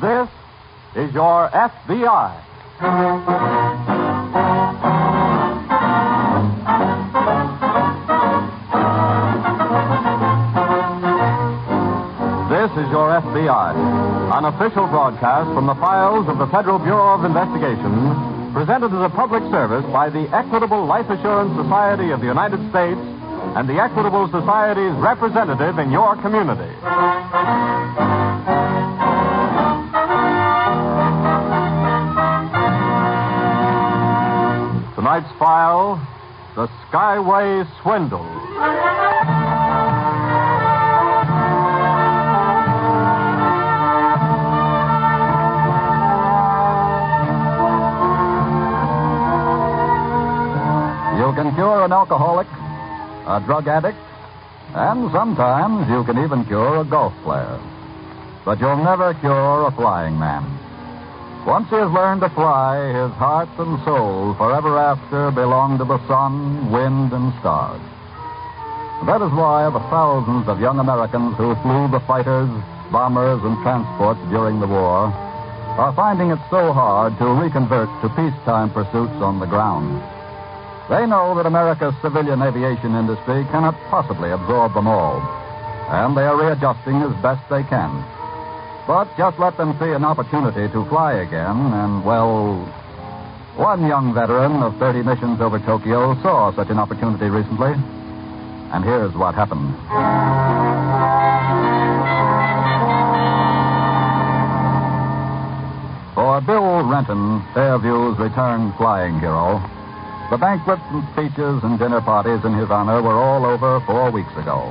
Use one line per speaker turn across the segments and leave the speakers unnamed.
This is your FBI. This is your FBI, an official broadcast from the files of the Federal Bureau of Investigation, presented as a public service by the Equitable Life Assurance Society of the United States and the Equitable Society's representative in your community. Tonight's file The Skyway Swindle. You can cure an alcoholic, a drug addict, and sometimes you can even cure a golf player. But you'll never cure a flying man. Once he has learned to fly, his heart and soul forever after belong to the sun, wind, and stars. That is why the thousands of young Americans who flew the fighters, bombers, and transports during the war are finding it so hard to reconvert to peacetime pursuits on the ground. They know that America's civilian aviation industry cannot possibly absorb them all, and they are readjusting as best they can. But just let them see an opportunity to fly again, and well, one young veteran of 30 missions over Tokyo saw such an opportunity recently. And here's what happened. For Bill Renton, Fairview's returned flying hero, the banquets and speeches and dinner parties in his honor were all over four weeks ago.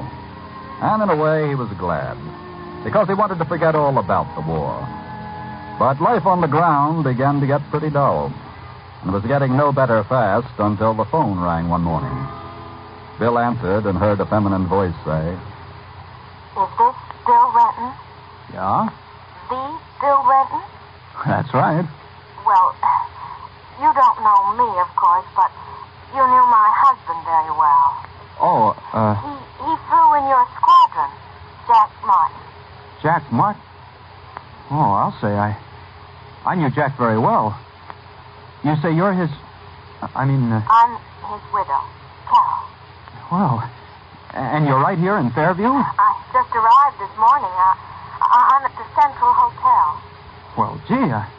And in a way, he was glad because he wanted to forget all about the war. But life on the ground began to get pretty dull, and was getting no better fast until the phone rang one morning. Bill answered and heard a feminine voice say,
Is this Bill Renton?
Yeah,
The Bill Renton?
that's right.
Well, you don't know me, of course, but you knew my husband very well.
Oh, uh,
He he flew in your squadron, Jack Martin.
Jack Mark. Oh, I'll say I, I knew Jack very well. You say you're his, I mean, uh,
I'm his widow, Carol.
well, and you're right here in Fairview.
I just arrived this morning. I, I I'm at the Central Hotel.
Well, gee, I,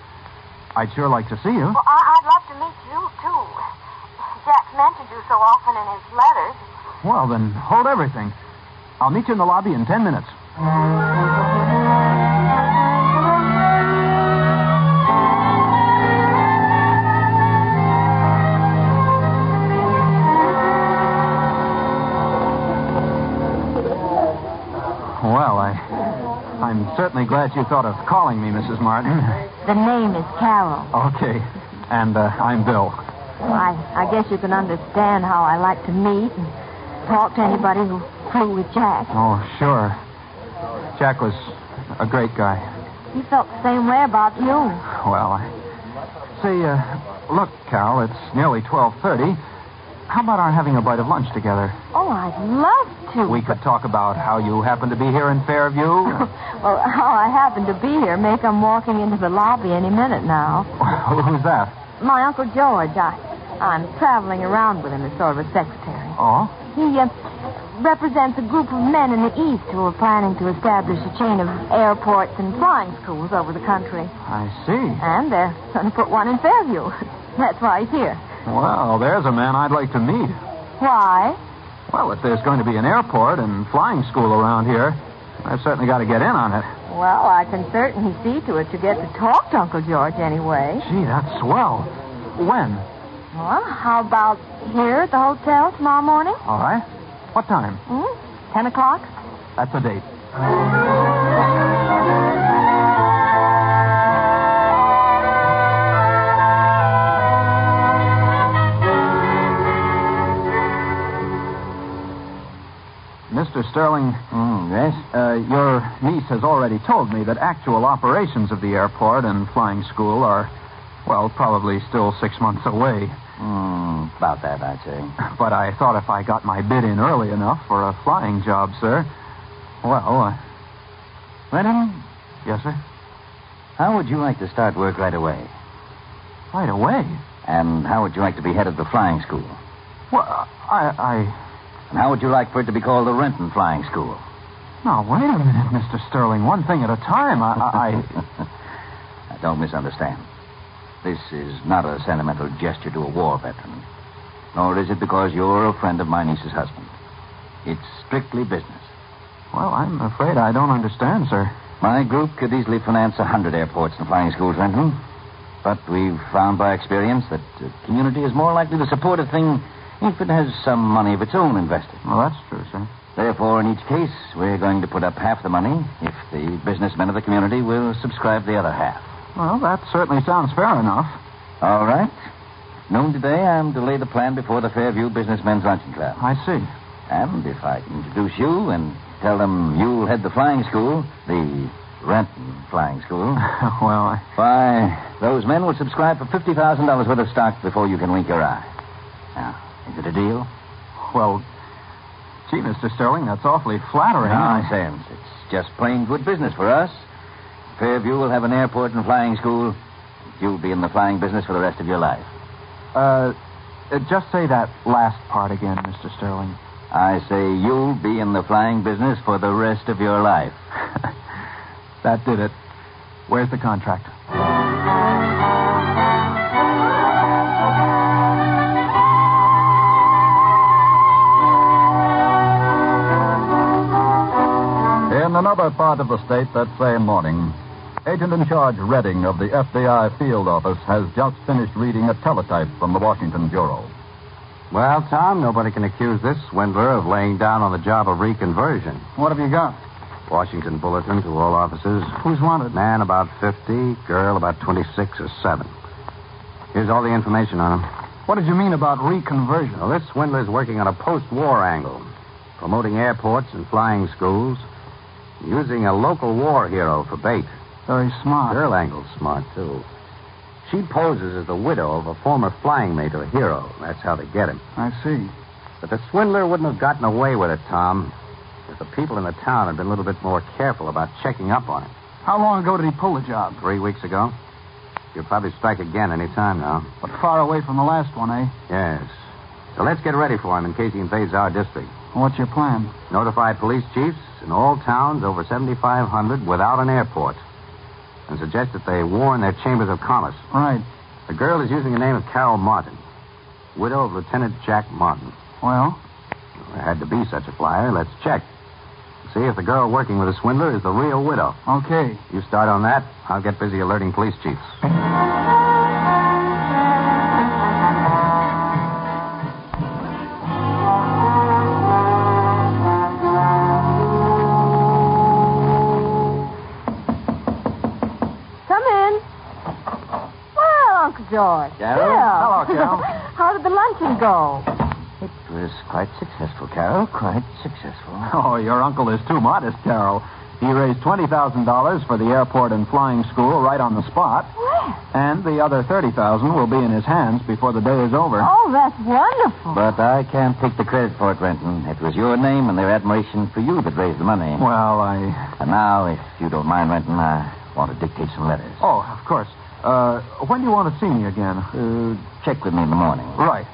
I'd sure like to see you.
Well, I, I'd love to meet you too. Jack mentioned you so often in his letters.
Well, then hold everything. I'll meet you in the lobby in ten minutes. Well, I, I'm certainly glad you thought of calling me, Mrs. Martin.
The name is Carol.
Okay, and uh, I'm Bill.
I, I guess you can understand how I like to meet and talk to anybody who flew with Jack.
Oh, sure. Jack was a great guy.
He felt the same way about you.
Well, I... Say, uh, look, Cal, it's nearly 12.30. How about our having a bite of lunch together?
Oh, I'd love to.
We could talk about how you happen to be here in Fairview.
Well, how I happen to be here. Make I'm walking into the lobby any minute now.
Who's that?
My Uncle George, I, I'm traveling around with him as sort of a secretary.
Oh?
He uh, represents a group of men in the East who are planning to establish a chain of airports and flying schools over the country.
I see.
And they're going to put one in Fairview. That's why he's here.
Well, there's a man I'd like to meet.
Why?
Well, if there's going to be an airport and flying school around here, I've certainly got to get in on it.
Well, I can certainly see to it you get to talk to Uncle George anyway.
Gee, that's swell. When?
Well, how about here at the hotel tomorrow morning?
All right. What time?
Hmm? Ten o'clock?
That's a date. Mr. Sterling. yes? Uh, your niece has already told me that actual operations of the airport and flying school are, well, probably still six months away. Hmm,
About that, I'd say.
But I thought if I got my bid in early enough for a flying job, sir. Well, uh,
Lennon,
yes, sir. How would you like to start work right away?
Right away?
And how would you like to be head of the flying school?
Well, I,
And how would you like for it to be called the Renton Flying School?
I. Now, wait a minute, Mr. Sterling. One thing at a time. I. I,
Now, Don't misunderstand. This is not a sentimental gesture to a war veteran, nor is it because you're a friend of my niece's husband. It's strictly business.
I well, I'm afraid I don't understand, sir.
My group could easily finance a hundred airports and flying schools, Renton. But we've found by experience that the community is more likely to support a thing if it has some money of its own invested.
Well, that's true, sir.
Therefore, in each case, we're going to put up half the money if the businessmen of the community will subscribe the other half.
Well, that certainly sounds fair enough.
All right. Noon today, I'm to lay the plan before the Fairview Businessmen's Luncheon Club.
I see.
And if I can introduce you and tell them you'll head the flying school, the Renton Flying School,
well, I.
why, those men will subscribe for $50,000 worth of stock before you can wink your eye. Now, is it a deal?
Well, gee, Mr. Sterling, that's awfully flattering.
Nonsense. It's just plain good business for us. Fairview will have an airport and flying school. You'll be in the flying business for the rest of your life.
Uh, uh, just say that last part again, Mr. Sterling.
I say you'll be in the flying business for the rest of your life.
That did it. Where's the contract? In another part of the state that same morning, Agent in Charge Redding of the FBI field office has just finished reading a teletype from the Washington Bureau.
Well, Tom, nobody can accuse this swindler of laying down on the job of reconversion.
What have you got?
Washington Bulletin to all officers. Who's wanted? Man about 50, girl about 26 or 7. Here's all the information on him.
What did you mean about reconversion?
Well, this swindler's working on a post war angle, promoting airports and flying schools, using a local war hero for bait.
Very smart.
Girl angle's smart, too. She poses as the widow of a former flying mate or hero. That's how they get him.
I see.
But the swindler wouldn't have gotten away with it, Tom, if the people in the town had been a little bit more careful about checking up on him.
How long ago did he pull the job?
Three weeks ago. You'll probably strike again any time now.
But far away from the last one, eh?
Yes. So let's get ready for him in case he invades our district.
What's your plan?
Notify police chiefs in all towns over 7,500 without an airport. And suggest that they warn their chambers of commerce.
Right.
The girl is using the name of Carol Martin, widow of Lieutenant Jack Martin.
Well,
There had to be such a flyer. Let's check. See if the girl working with the swindler is the real widow.
okay.
You start on that, I'll get busy alerting police chiefs.
Come in. Well, Uncle George.
Carol?
Hello, Carol.
How did the luncheon go?
It was quite successful, Carol. Quite successful.
Oh, your uncle is too modest, Carol. He raised $20,000 for the airport and flying school right on the spot,
Well,
and the other 30000 will be in his hands before the day is over.
oh, that's wonderful.
But I can't take the credit for it, Renton. It was your name and their admiration for you that raised the money.
Well, I.
And now, if you don't mind, Renton, I want to dictate some letters.
Oh, of course. Uh, when do you want to see me again?
Uh, check with me in the morning.
Right.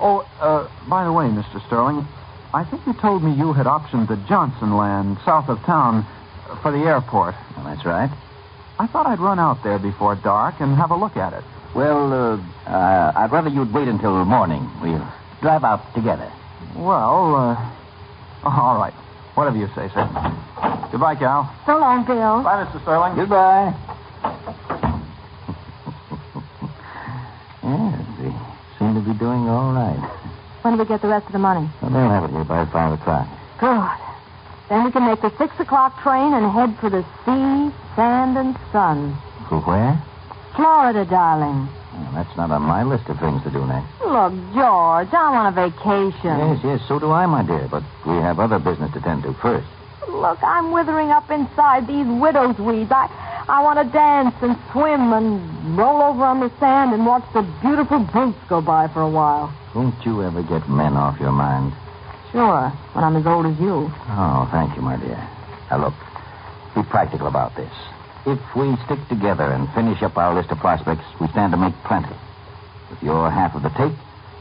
Oh, uh, by the way, Mr. Sterling, I think you told me you had optioned the Johnson land south of town uh, for the airport.
Well, Oh, that's right.
I thought I'd run out there before dark and have a look at it.
Well, uh, uh, I'd rather you'd wait until morning. We'll drive out together.
Well, uh, all right. Whatever you say, sir. Goodbye, Cal.
So long, Bill.
Bye, Mr. Sterling.
Goodbye. yeah, they seem to be doing all right.
When do we get the rest of the money?
Well, they'll have it here by five o'clock.
Good. Then we can make the six o'clock train and head for the sea, sand, and sun.
For where?
Florida, darling.
Well, that's not on my list of things to do next.
Look, George, I'm on a vacation.
Yes, yes, so do I, my dear. But we have other business to tend to first.
Look, I'm withering up inside these widow's weeds. I, I want to dance and swim and roll over on the sand and watch the beautiful brutes go by for a while.
Won't you ever get men off your mind?
Sure, when I'm as old as you.
Oh, thank you, my dear. Now, look, be practical about this.
If we stick together and finish up our list of prospects, we stand to make plenty. With your half of the take,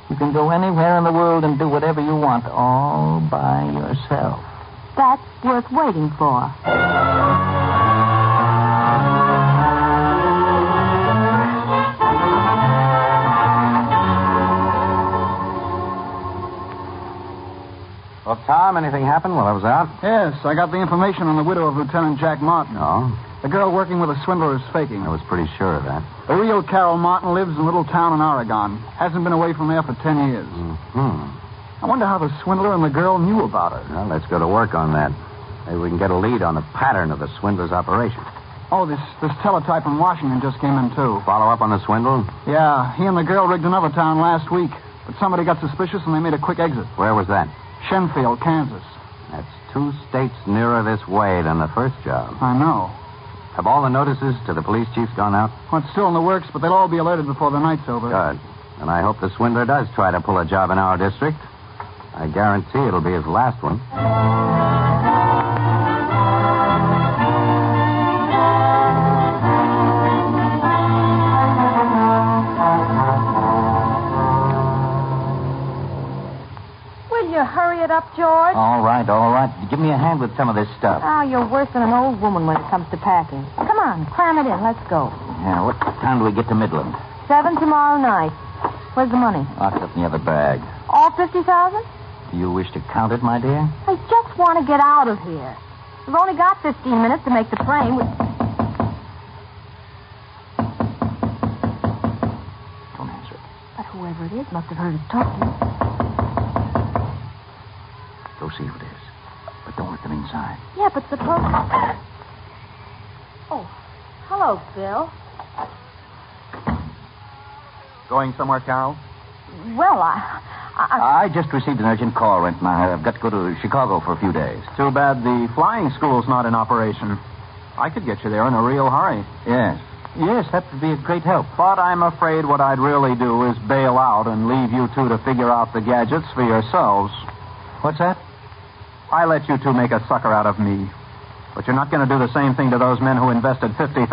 you can go anywhere in the world and do whatever you want all by yourself.
That's worth waiting for.
Well, Tom, anything happened while I was out?
Yes, I got the information on the widow of Lieutenant Jack Martin.
No.
The girl working with a swindler is faking.
I was pretty sure of that.
The real Carol Martin lives in a little town in Oregon. Hasn't been away from there for ten years.
Hmm.
I wonder how the swindler and the girl knew about her.
Well, let's go to work on that. Maybe we can get a lead on the pattern of the swindler's operation.
Oh, this, this teletype from Washington just came in, too.
Follow up on the swindle?
Yeah, he and the girl rigged another town last week. But somebody got suspicious and they made a quick exit.
Where was that?
Shenfield, Kansas.
That's two states nearer this way than the first job.
I know.
Have all the notices to the police chiefs gone out?
Well, it's still in the works, but they'll all be alerted before the night's over.
Good. And I hope the swindler does try to pull a job in our district. I guarantee it'll be his last one.
Will you hurry it up, George?
Oh.
All right, all right. Give me a hand with some of this stuff.
Oh, you're worse than an old woman when it comes to packing. Come on, cram it in. Let's go.
Yeah, what time do we get to Midland?
Seven tomorrow night. Where's the money?
Lock it up in the other bag.
All fifty thousand?
Do you wish to count it, my dear?
I just want to get out of here. We've only got fifteen minutes to make the plane. We...
Don't answer it.
But whoever it is must have heard us talking.
Go see who it is. But don't let them inside.
Yeah, but suppose. Oh, hello, Bill.
Going somewhere, Carol?
Well, I, I, I
I just received an urgent call, Rent. Now, I've got to go to Chicago for a few days.
Too bad the flying school's not in operation. I could get you there in a real hurry.
Yes.
Yes, that would be a great help. But I'm afraid what I'd really do is bail out and leave you two to figure out the gadgets for yourselves.
What's that?
I let you two make a sucker out of me. But you're not going to do the same thing to those men who invested $50,000.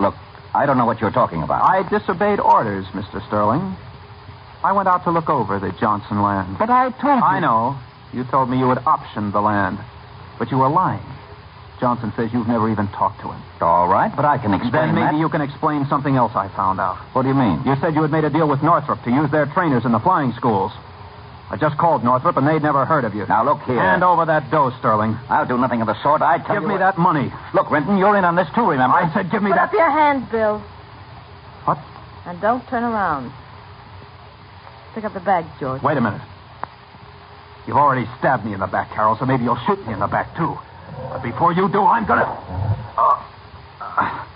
Look, I don't know what you're talking about.
I disobeyed orders, Mr. Sterling. I went out to look over the Johnson land.
But I told you.
I know. You told me you had optioned the land. But you were lying. Johnson says you've never even talked to him.
All right, but I can explain
then maybe
that.
you can explain something else I found out.
What do you mean?
You said you had made a deal with Northrop to use their trainers in the flying schools. I just called Northrop, and they'd never heard of you.
Now, look here.
Hand over that dough, Sterling.
I'll do nothing of the sort. I tell
give
you
me
what-
that money.
Look, Renton, you're in on this too, remember?
I said, give me
put
that.
up your hands, Bill.
What?
And don't turn around. Pick up the bag, George.
Wait a minute. You've already stabbed me in the back, Carol, so maybe you'll shoot me in the back, too. But before you do, I'm gonna. Oh.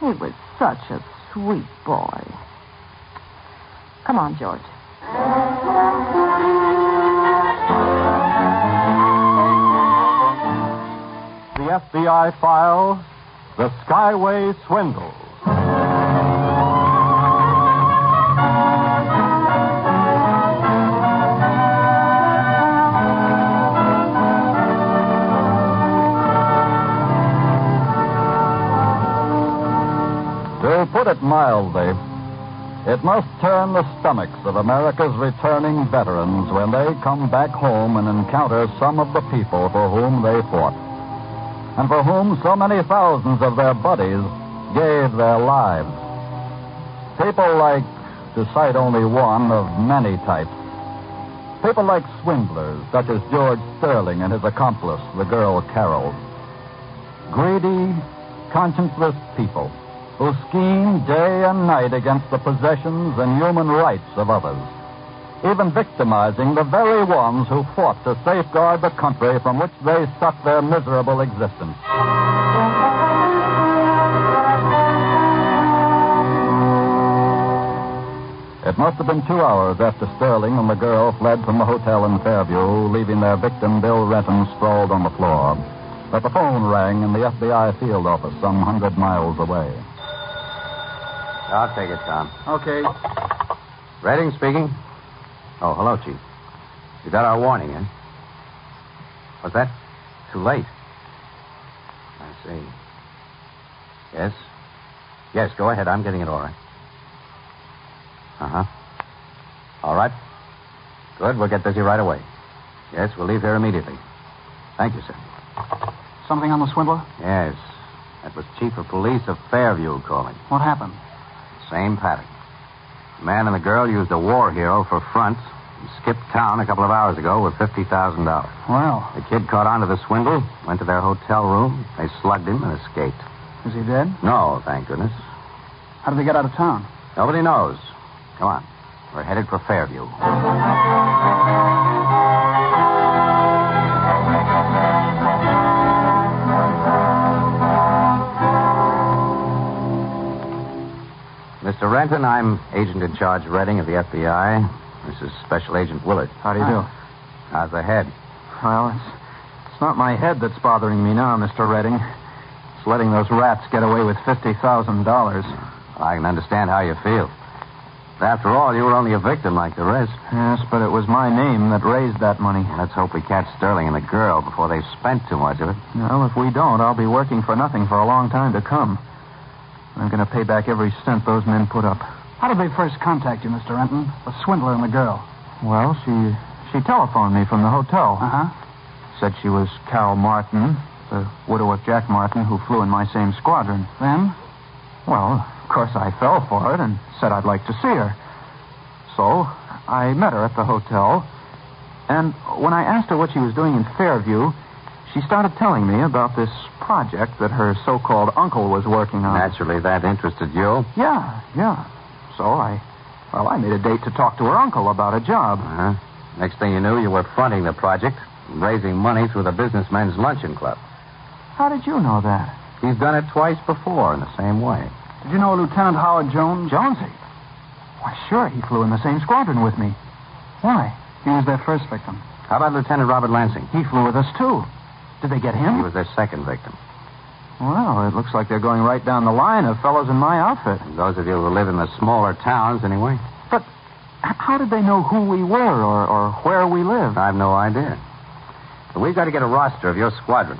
He was such a sweet boy. Come on, George.
The FBI file The Skyway Swindle.
To put it mildly,
It must turn the stomachs of America's returning veterans when they come back home and encounter some of the people for whom they fought, and for whom so many thousands of their buddies gave their lives. People like, to cite only one of many types, people like swindlers such as George Sterling and his accomplice, the girl Carol. Greedy, conscienceless people who scheme day and night against the possessions and human rights of others, even victimizing the very ones who fought to safeguard the country from which they suck their miserable existence. It must have been two hours after Sterling and the girl fled from the hotel in Fairview, leaving their victim, Bill Renton, sprawled on the floor, that the phone rang in the FBI field office some hundred miles away.
I'll take it, Tom.
Okay.
Redding speaking. Oh, hello, Chief. You got our warning, eh? What's that? too late. I see. Yes? Yes, go ahead. I'm getting it all right. Uh huh. All right. Good. We'll get busy right away. Yes, we'll leave here immediately. Thank you, sir.
Something on the swindler?
Yes. That was Chief of Police of Fairview calling.
What happened?
Same pattern. The man and the girl used a war hero for fronts and skipped town a couple of hours ago with $50,000.
Well,
The kid caught on to the swindle, went to their hotel room, they slugged him and escaped.
is he dead?
No, thank goodness.
How did they get out of town?
Nobody knows. Come on. We're headed for Fairview. Mr. Renton, I'm agent in charge Redding of the FBI. This is Special Agent Willard.
How do you
Ah.
do?
How's the head?
Well, it's, it's not my head that's bothering me now, Mr. Redding. It's letting those rats get away with $50,000.
I can understand how you feel. After all, you were only a victim like the rest.
Yes, but it was my name that raised that money.
Let's hope we catch Sterling and the girl before they've spent too much of it.
Well, if we don't, I'll be working for nothing for a long time to come. I'm going to pay back every cent those men put up.
How did they first contact you, Mr. Renton? The swindler and the girl.
Well, she she telephoned me from the hotel.
Uh huh.
Said she was Carol Martin, the widow of Jack Martin, who flew in my same squadron.
Then?
Well, of course, I fell for it and said I'd like to see her. So I met her at the hotel, and when I asked her what she was doing in Fairview, she started telling me about this project that her so called uncle was working on.
Naturally, that interested you.
Yeah, yeah. So I, well, I made a date to talk to her uncle about a job.
Uh-huh. Next thing you knew, you were fronting the project, raising money through the businessmen's luncheon club.
How did you know that?
He's done it twice before in the same way.
Did you know Lieutenant Howard Jones?
Jonesy? Why, sure, he flew in the same squadron with me. Why?
He was their first victim.
How about Lieutenant Robert Lansing?
He flew with us, too. Did they get
He
him?
was their second victim.
Well, it looks like they're going right down the line of fellows in my outfit.
And those of you who live in the smaller towns, anyway,
But h- how did they know who we were or, or where we lived?
I've no idea. But we've got to get a roster of your squadron.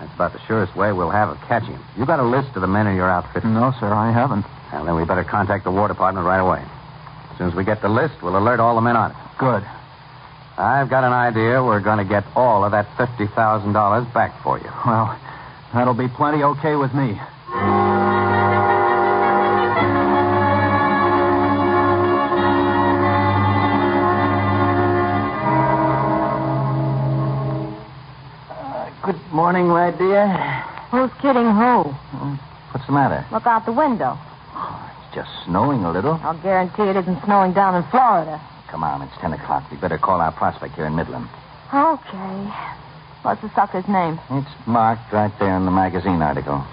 That's about the surest way we'll have of catching him. You got a list of the men in your outfit?
No, sir, I haven't.
Well, then we better contact the War Department right away. As soon as we get the list, we'll alert all the men on it.
Good.
I've got an idea we're going to get all of that $50,000 back for you.
Well, that'll be plenty okay with me.
Uh, Good morning, my dear.
Who's kidding who?
What's the matter?
Look out the window.
It's just snowing a little.
I'll guarantee it isn't snowing down in Florida.
Come on, it's 10 o'clock. We better call our prospect here in Midland.
Okay. What's the sucker's name?
It's marked right there in the magazine article.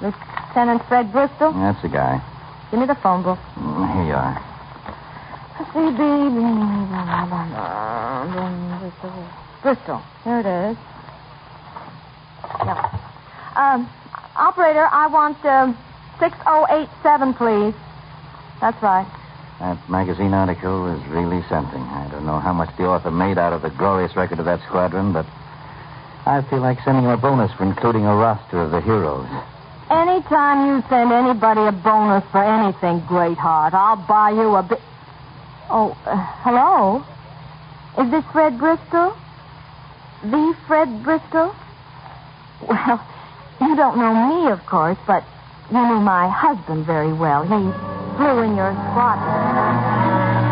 Lieutenant Fred Bristol?
That's the guy.
Give me the phone book.
Mm, Here you are.
CB. Bristol. Bristol. Here it is. Yep. Um, operator, I want um, 6087, please. That's right.
That magazine article is really something. I don't know how much the author made out of the glorious record of that squadron, but I feel like sending him a bonus for including a roster of the heroes.
Anytime you send anybody a bonus for anything, Greatheart, I'll buy you a bit. Oh, uh, hello? Is this Fred Bristol? The Fred Bristol? Well, you don't know me, of course, but you knew my husband very well. He flew in your squadron.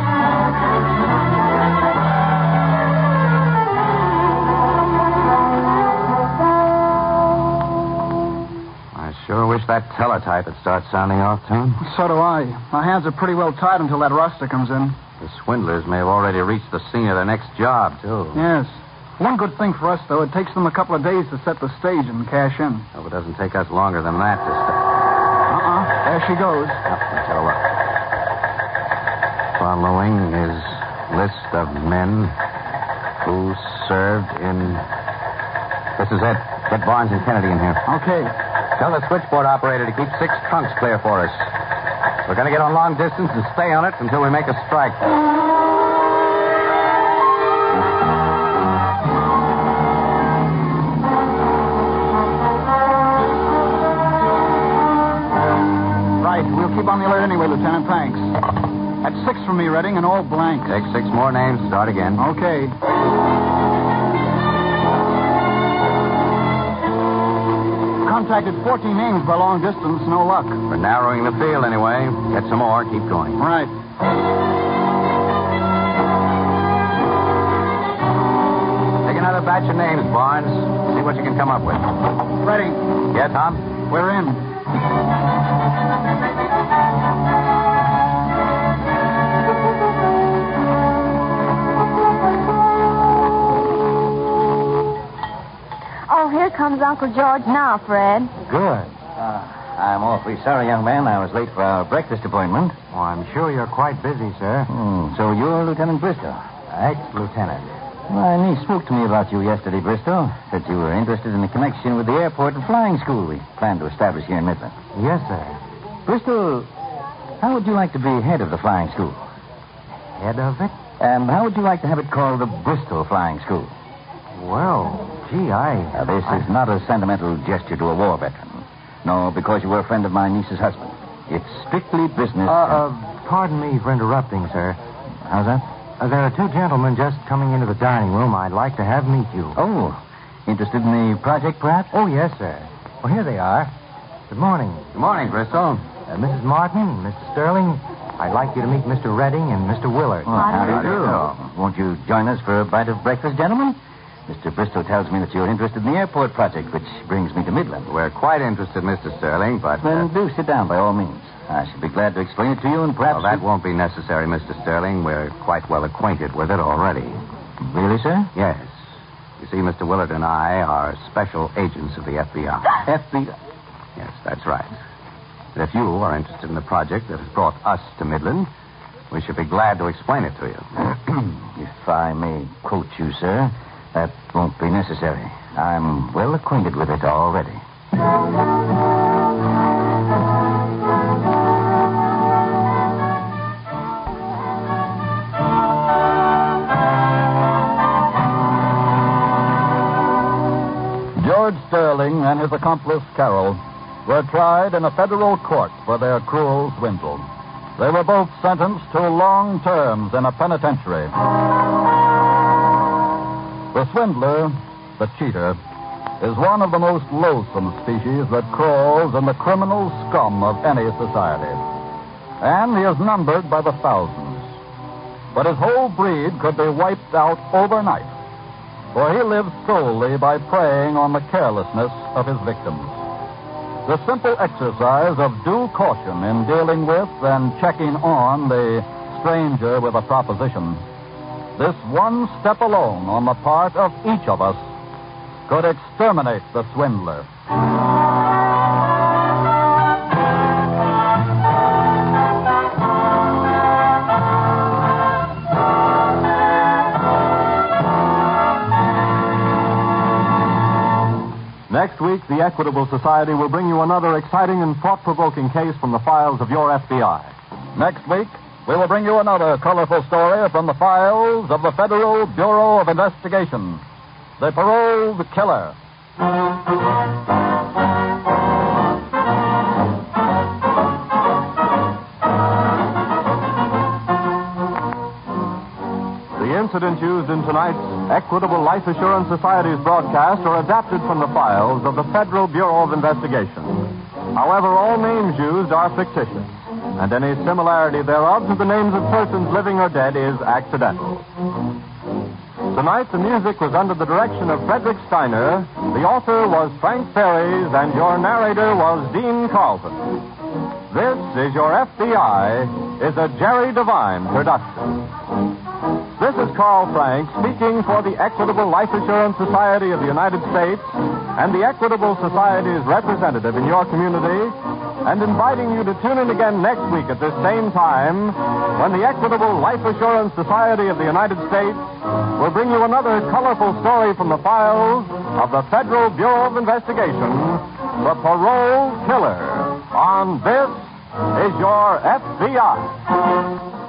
I sure wish that teletype would start sounding off, Tom.
So do I. My hands are pretty well tied until that roster comes in.
The swindlers may have already reached the scene of their next job, too.
Yes. One good thing for us, though, it takes them a couple of days to set the stage and cash in.
Hope it doesn't take us longer than that to start.
Uh-uh. There she goes.
Up until look. Following his list of men who served in. This is it. Get Barnes and Kennedy in here.
Okay.
Tell the switchboard operator to keep six trunks clear for us. We're going to get on long distance and stay on it until we make a strike.
keep on the alert anyway, Lieutenant. Thanks. That's six for me, Redding, and all blanks.
Take six more names. Start again.
Okay. Contacted 14 names by long distance, no luck.
We're narrowing the field anyway. Get some more. Keep going.
Right.
Take another batch of names, Barnes. See what you can come up with.
Ready.
Yeah, Tom?
We're in.
Oh, here comes Uncle George now, Fred.
Good. Uh, I'm awfully sorry, young man. I was late for our breakfast appointment.
Oh, I'm sure you're quite busy, sir.
Hmm, so you're Lieutenant Bristow.
Ex-lieutenant.
My niece spoke to me about you yesterday, Bristow. Said you were interested in a connection with the airport and flying school we plan to establish here in Midland.
Yes, sir.
Bristow, how would you like to be head of the flying school?
Head of it?
And how would you like to have it called the Bristol Flying School?
Well, gee, I...
Now, this is not a sentimental gesture to a war veteran. No, because you were a friend of my niece's husband. It's strictly business.
Uh, uh, pardon me for interrupting, sir.
how's that?
Uh, there are two gentlemen just coming into the dining room I'd like to have meet you.
Oh, interested in the project, perhaps?
Oh, yes, sir. Well, here they are. Good morning.
Good morning, Bristol.
Uh, Mrs. Martin, Mr. Sterling, I'd like you to meet Mr. Redding and Mr. Willard.
how do you
How do
do? Won't you join us for a bite of breakfast, gentlemen? Mr. Bristol tells me that you're interested in the airport project, which brings me to Midland.
We're quite interested, Mr. Sterling, but... uh,
Then do sit down, by all means. I should be glad to explain it to you, and perhaps...
Well, that won't be necessary, Mr. Sterling. We're quite well acquainted with it already.
Really, sir?
Yes. You see, Mr. Willard and I are special agents of the FBI.
FBI...
Yes, that's right. And if you are interested in the project that has brought us to Midland, we should be glad to explain it to you.
if I may quote you, sir, that won't be necessary. I'm well acquainted with it already.
George Sterling and his accomplice, Carroll, were tried in a federal court for their cruel swindle. They were both sentenced to long terms in a penitentiary. The swindler, the cheater, is one of the most loathsome species that crawls in the criminal scum of any society. And he is numbered by the thousands. But his whole breed could be wiped out overnight for he lives solely by preying on the carelessness of his victims. The simple exercise of due caution in dealing with and checking on the stranger with a proposition, this one step alone on the part of each of us could exterminate the swindler. Next week, the Equitable Society will bring you another exciting and thought provoking case from the files of your FBI. Next week, we will bring you another colorful story from the files of the Federal Bureau of Investigation The Paroled Killer. The incidents used in tonight's Equitable Life Assurance Society's broadcast are adapted from the files of the Federal Bureau of Investigation. However, all names used are fictitious, and any similarity thereof to the names of persons living or dead is accidental. Tonight, the music was under the direction of Frederick Steiner, the author was Frank Ferries, and your narrator was Dean Carlton. This is Your FBI, is a Jerry Devine production. This is Carl Frank speaking for the Equitable Life Assurance Society of the United States and the Equitable Society's representative in your community, and inviting you to tune in again next week at this same time when the Equitable Life Assurance Society of the United States will bring you another colorful story from the files of the Federal Bureau of Investigation, The Parole Killer, on This Is Your FBI.